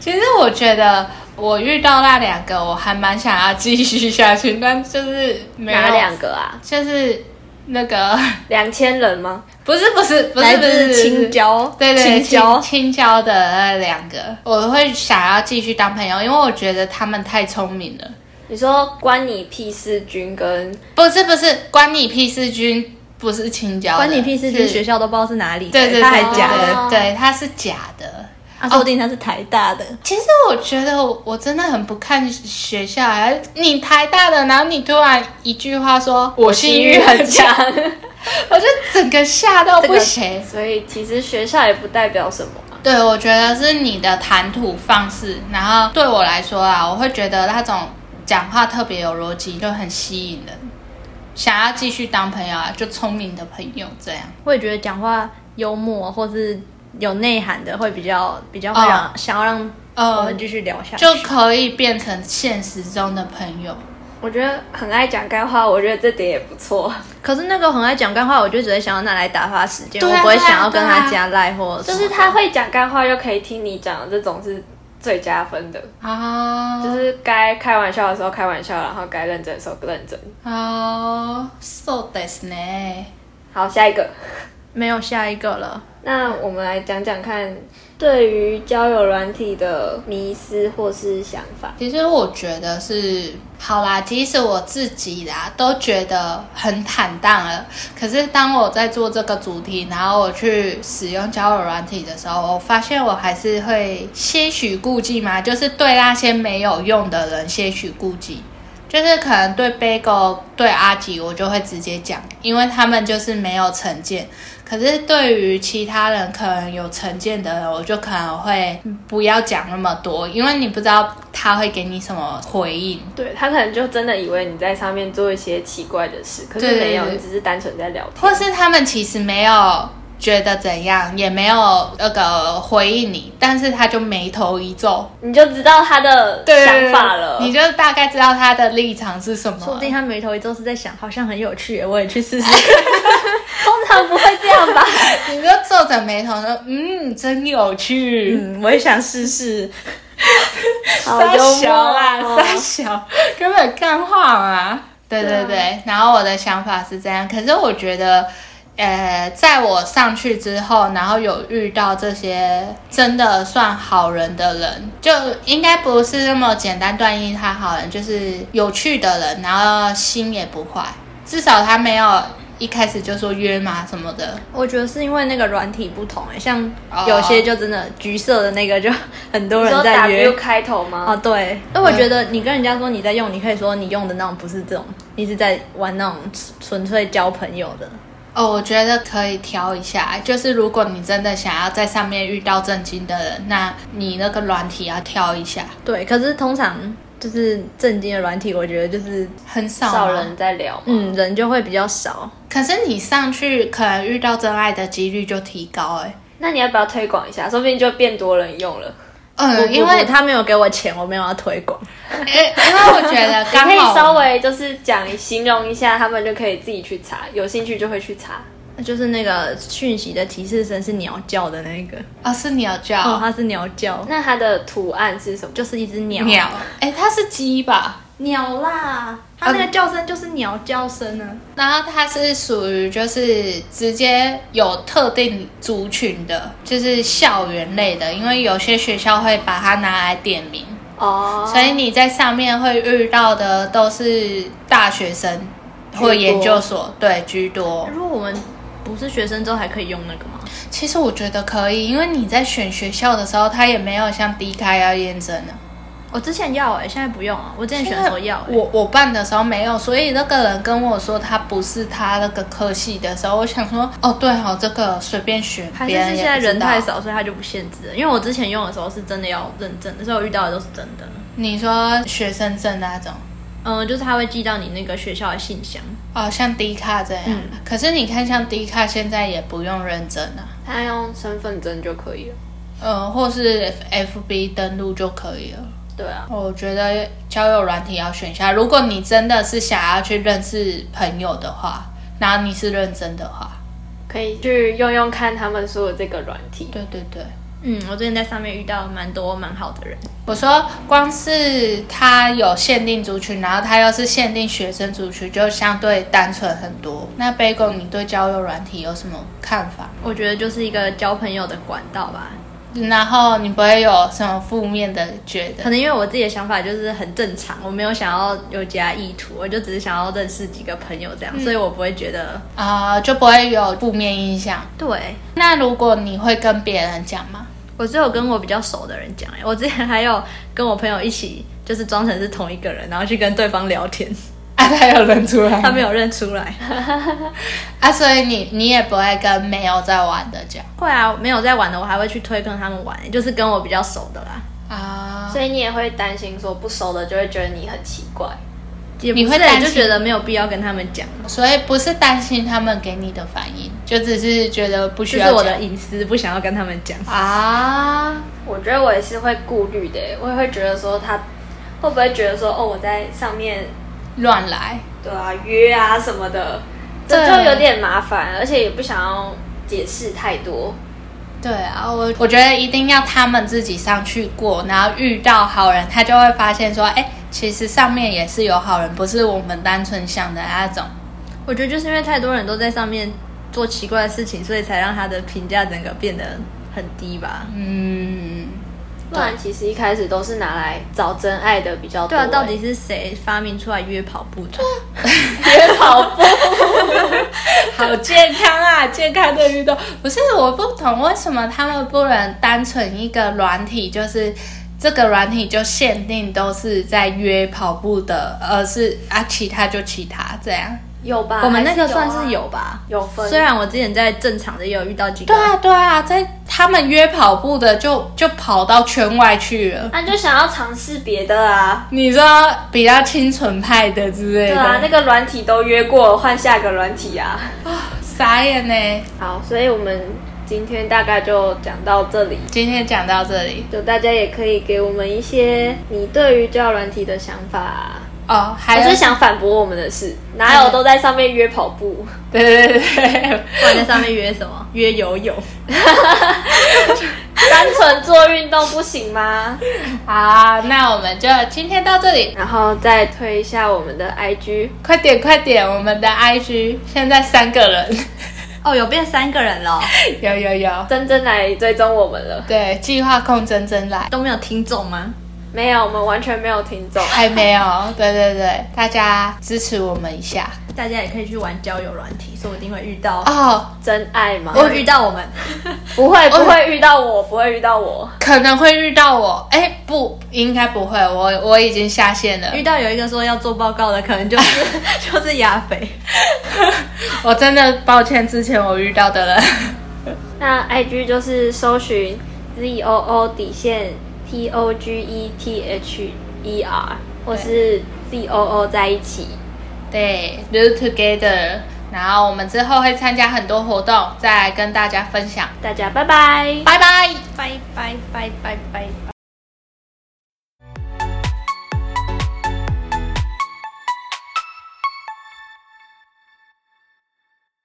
Speaker 1: 其实我觉得我遇到那两个，我还蛮想要继续下去，但就是没有
Speaker 2: 哪两，个啊？
Speaker 1: 就是那个
Speaker 2: 两千人吗？
Speaker 1: 不是不是不是
Speaker 3: 来
Speaker 1: 不是
Speaker 3: 自
Speaker 1: 不是
Speaker 3: 青椒，
Speaker 1: 对对
Speaker 3: 青椒，
Speaker 1: 青椒的那两个，我会想要继续当朋友，因为我觉得他们太聪明了。
Speaker 2: 你说关你屁事，君跟
Speaker 1: 不是不是，关你屁事君不是青椒的，
Speaker 3: 关你屁事！
Speaker 1: 是
Speaker 3: 这学校都不知道是哪里的，
Speaker 1: 对对对，哦
Speaker 3: 他还假的，
Speaker 1: 对对，他是假的。
Speaker 3: 他说不定他是台大的。
Speaker 1: 其实我觉得我我真的很不看学校，哎你台大的，然后你突然一句话说我性欲很强，我就整个吓到不行。
Speaker 2: 所以其实学校也不代表什么啊、
Speaker 1: 对，我觉得是你的谈吐方式，然后对我来说啊，我会觉得那种讲话特别有逻辑，就很吸引人，想要继续当朋友啊，就聪明的朋友这样。
Speaker 3: 我也觉得讲话幽默或是有内涵的会比较比较会让、
Speaker 1: 哦
Speaker 3: 想要让
Speaker 1: 呃
Speaker 3: 我们继续聊下去。
Speaker 1: 就可以变成现实中的朋友。
Speaker 2: 我觉得很爱讲干话，我觉得这点也不错。
Speaker 3: 可是那个很爱讲干话，我就只会想要拿来打发时间，
Speaker 1: 对啊
Speaker 3: 我不会想要
Speaker 1: 对
Speaker 3: 跟
Speaker 1: 啊对
Speaker 3: 他
Speaker 1: 啊
Speaker 3: 加赖或
Speaker 2: 就是他会讲干话，又可以听你讲，这种是最加分的。
Speaker 1: 啊，
Speaker 2: 就是该开玩笑的时候开玩笑，然后该认真的时候认真。
Speaker 1: 啊，so this 呢？
Speaker 2: 好，下一个。
Speaker 3: 没有下一个了。
Speaker 2: 那我们来讲讲看，对于交友软体的迷思或是想法。
Speaker 1: 其实我觉得是好啦，即使我自己啦都觉得很坦荡了。可是当我在做这个主题，然后我去使用交友软体的时候，我发现我还是会些许顾忌嘛，就是对那些没有用的人些许顾忌。就是可能对 Bagel 对阿吉，我就会直接讲，因为他们就是没有成见。可是对于其他人可能有成见的人，我就可能会不要讲那么多，因为你不知道他会给你什么回应。
Speaker 2: 对他可能就真的以为你在上面做一些奇怪的事，可
Speaker 1: 对
Speaker 2: 是
Speaker 1: 对
Speaker 2: 没有，
Speaker 1: 对
Speaker 2: 你只是单纯在聊天。
Speaker 1: 或是他们其实没有觉得怎样，也没有那个回应你，但是他就眉头一皱，
Speaker 2: 你就知道他的想法了。
Speaker 1: 你就大概知道他的立场是什么。
Speaker 3: 说不定他眉头一皱是在想，好像很有趣耶，我也去试 试看。
Speaker 2: 通常不会这样吧？
Speaker 1: 你就皱着眉头说：“嗯，真有趣。
Speaker 3: 嗯，我也想试试。
Speaker 2: 好
Speaker 1: 三
Speaker 2: 幽默
Speaker 1: 小啦，
Speaker 2: 哦
Speaker 1: 三小根本干话嘛。对啊对对，然后我的想法是这样，可是我觉得，呃，在我上去之后，然后有遇到这些真的算好人的人，就应该不是那么简单断定他好人，就是有趣的人，然后心也不坏，至少他没有一开始就说约嘛什么的。
Speaker 3: 我觉得是因为那个软体不同耶，欸像
Speaker 1: 哦
Speaker 3: 有些就真的橘色的那个就很
Speaker 2: 你
Speaker 3: 多人
Speaker 2: 说
Speaker 3: 在约
Speaker 2: W。开头
Speaker 3: 哦，
Speaker 2: 吗？
Speaker 3: 对，那我觉得你跟人家说你在用，你可以说你用的那种不是这种，你是在玩那种纯粹交朋友的。
Speaker 1: 哦，我觉得可以挑一下，就是如果你真的想要在上面遇到正经的人，那你那个软体要挑一下，
Speaker 3: 对，可是通常就是正经的软体，我觉得就是
Speaker 1: 很少啊嘛
Speaker 2: 少人。在聊嘛。
Speaker 3: 嗯人就会比较少。
Speaker 1: 可是你上去可能遇到真爱的几率就提高哎、
Speaker 2: 那你要不要推广一下？说不定就变多人用了。
Speaker 3: 不
Speaker 1: 嗯，
Speaker 3: 不
Speaker 1: 因
Speaker 3: 不
Speaker 1: 为
Speaker 3: 他没有给我钱，我没有要推广。
Speaker 1: 诶因为我觉得刚
Speaker 2: 可以
Speaker 1: 好
Speaker 2: 稍微就是讲形容一下，他们就可以自己去查，有兴趣就会去查。
Speaker 3: 就是那个讯息的提示声是鸟叫的那个，
Speaker 1: 哦是鸟叫、
Speaker 3: 哦，它是鸟叫，
Speaker 2: 那它的图案是什么？
Speaker 3: 就是一只鸟。
Speaker 1: 鸟，哎、它是鸡吧？
Speaker 3: 鸟啦，它那个叫声就是鸟叫声啊呢、
Speaker 1: 然后它是属于就是直接有特定族群的，就是校园类的，因为有些学校会把它拿来点名。
Speaker 2: 哦，
Speaker 1: 所以你在上面会遇到的都是大学生或研究所，对居多。
Speaker 3: 如果我们不是学生之后，还可以用那个吗？
Speaker 1: 其实我觉得可以，因为你在选学校的时候，它也没有像 D 开啊要验证的。
Speaker 3: 我之前要哎、现在不用啊。我之前选的时候要、欸，
Speaker 1: 我我办的时候没有，所以那个人跟我说他不是他那个科系的时候，我想说哦对哦，这个随便选，
Speaker 3: 还是
Speaker 1: 别
Speaker 3: 是
Speaker 1: 人
Speaker 3: 现
Speaker 1: 也
Speaker 3: 在
Speaker 1: 不知
Speaker 3: 人
Speaker 1: 道
Speaker 3: 太。少，所以它就不限制了。因为我之前用的时候是真的要认证的，所以我遇到的都是真的。
Speaker 1: 你说学生证那种，
Speaker 3: 嗯，就是它会寄到你那个学校的信箱。
Speaker 1: 哦像 D 卡这样，
Speaker 3: 嗯
Speaker 1: 可是你看像 D 卡现在也不用认证啊。
Speaker 2: 他用身份证就可以了。
Speaker 1: 呃，或是 F B 登录就可以了。
Speaker 2: 对啊，
Speaker 1: 我觉得交友软体要选一下，如果你真的是想要去认识朋友的话，然后你是认真的话，
Speaker 2: 可以去用用看他们说的这个软体。
Speaker 1: 对对对。
Speaker 3: 嗯，我之前在上面遇到蛮多蛮好的人。
Speaker 1: 我说，光是它有限定族群，然后它又是限定学生族群，就相对单纯很多。那 Bagel，你对交友软体有什么看法？
Speaker 3: 我觉得就是一个交朋友的管道吧。
Speaker 1: 然后你不会有什么负面的觉得？
Speaker 3: 可能因为我自己的想法就是很正常，我没有想要有其他意图，我就只是想要认识几个朋友
Speaker 1: 嗯
Speaker 3: 这样，所以我不会觉得
Speaker 1: 啊、就不会有负面印象。
Speaker 3: 对。
Speaker 1: 那如果你会跟别人讲吗？
Speaker 3: 我只有跟我比较熟的人讲、欸，我之前还有跟我朋友一起，就是装成是同一个人，然后去跟对方聊天。
Speaker 1: 啊，他有认出来吗，
Speaker 3: 他没有认出来。
Speaker 1: 啊，所以你你也不会跟没有在玩的讲
Speaker 3: 会啊，没有在玩的，我还会去推跟他们玩，就是跟我比较熟的啦。
Speaker 1: 啊，
Speaker 2: 所以你也会担心说不熟的就会觉得你很奇怪。
Speaker 3: 也
Speaker 1: 你
Speaker 3: 不
Speaker 1: 会
Speaker 3: 是
Speaker 1: 担
Speaker 3: 就
Speaker 1: 心
Speaker 3: 觉得没有必要跟他们讲，
Speaker 1: 所以不是担心他们给你的反应，就只是觉得不需
Speaker 3: 这
Speaker 1: 要
Speaker 3: 是我的
Speaker 1: 讲
Speaker 3: 隐私，不想要跟他们讲。
Speaker 1: 啊，
Speaker 2: 我觉得我也是会顾虑的，我也会觉得说他会不会觉得说哦我在上面
Speaker 1: 乱来。
Speaker 2: 对啊约啊什么的，这
Speaker 1: 对
Speaker 2: 就有点麻烦，而且也不想要解释太多。
Speaker 1: 对啊，我我觉得一定要他们自己上去过，然后遇到好人，他就会发现说，哎，其实上面也是有好人，不是我们单纯想的那种。
Speaker 3: 我觉得就是因为太多人都在上面做奇怪的事情，所以才让他的评价整个变得很低吧。
Speaker 1: 嗯，
Speaker 2: 不然其实一开始都是拿来找真爱的比较多。
Speaker 3: 对啊，到底是谁发明出来约跑步的？
Speaker 2: 约跑步？
Speaker 1: 好健康啊，健康的运动。不是，我不懂为什么他们不能单纯一个软体，就是这个软体就限定都是在约跑步的，而是啊其他就其他这样。
Speaker 2: 有吧？
Speaker 3: 我们那个
Speaker 2: 还啊
Speaker 3: 算是有吧。
Speaker 2: 有分，
Speaker 3: 虽然我之前在正常的也有遇到几个
Speaker 1: 对，啊，对啊，在他们约跑步的就就跑到圈外去了。
Speaker 2: 啊那就想要尝试别的啊。
Speaker 1: 你说比较清纯派的之类的，
Speaker 2: 对啊，那个软体都约过，换下个软体啊。
Speaker 1: 傻眼呢。
Speaker 2: 好，所以我们今天大概就讲到这里。
Speaker 1: 今天讲到这里
Speaker 2: 就大家也可以给我们一些你对于交友软体的想法，啊
Speaker 1: 哦，还
Speaker 2: 还
Speaker 1: 有
Speaker 2: 是想反驳我们的事？哪有都在上面约跑 步？
Speaker 1: 对对对对，
Speaker 3: 不然在上面约什么？约游泳。
Speaker 2: 单纯做运动不行吗？
Speaker 1: 好，那我们就今天到这里，
Speaker 2: 然后再推一下我们的 IG，
Speaker 1: 快点快点，我们的 IG 现在三个人，
Speaker 3: 哦，有变三个人了哦，
Speaker 1: 有有有，
Speaker 2: 真真来追踪我们了。
Speaker 1: 对，计划控真真来。
Speaker 3: 都没有听众吗？
Speaker 2: 没有，我们完全没有听众。
Speaker 1: 还没有，对对对，大家支持我们一下
Speaker 3: 大家也可以去玩交友软体，说不定会遇到，
Speaker 1: 哦，
Speaker 2: 真爱吗？
Speaker 3: 会遇到我们。
Speaker 2: 不会，不会遇到我，不会遇到我。
Speaker 1: 可能会遇到我，哎，不，应该不会，我我已经下线了，
Speaker 3: 遇到有一个说要做报告的，可能就是 就是亚肥。
Speaker 1: 我真的抱歉，之前我遇到的人。
Speaker 2: 那 IG 就是搜寻 Z O O 底线 T O G E T H E R，或是 Z O O 在一起。
Speaker 1: 对，Do Together。然后我们之后会参加很多活动，再来跟大家分享。
Speaker 2: 大家拜拜。
Speaker 1: 拜拜。
Speaker 3: 拜拜拜拜拜拜。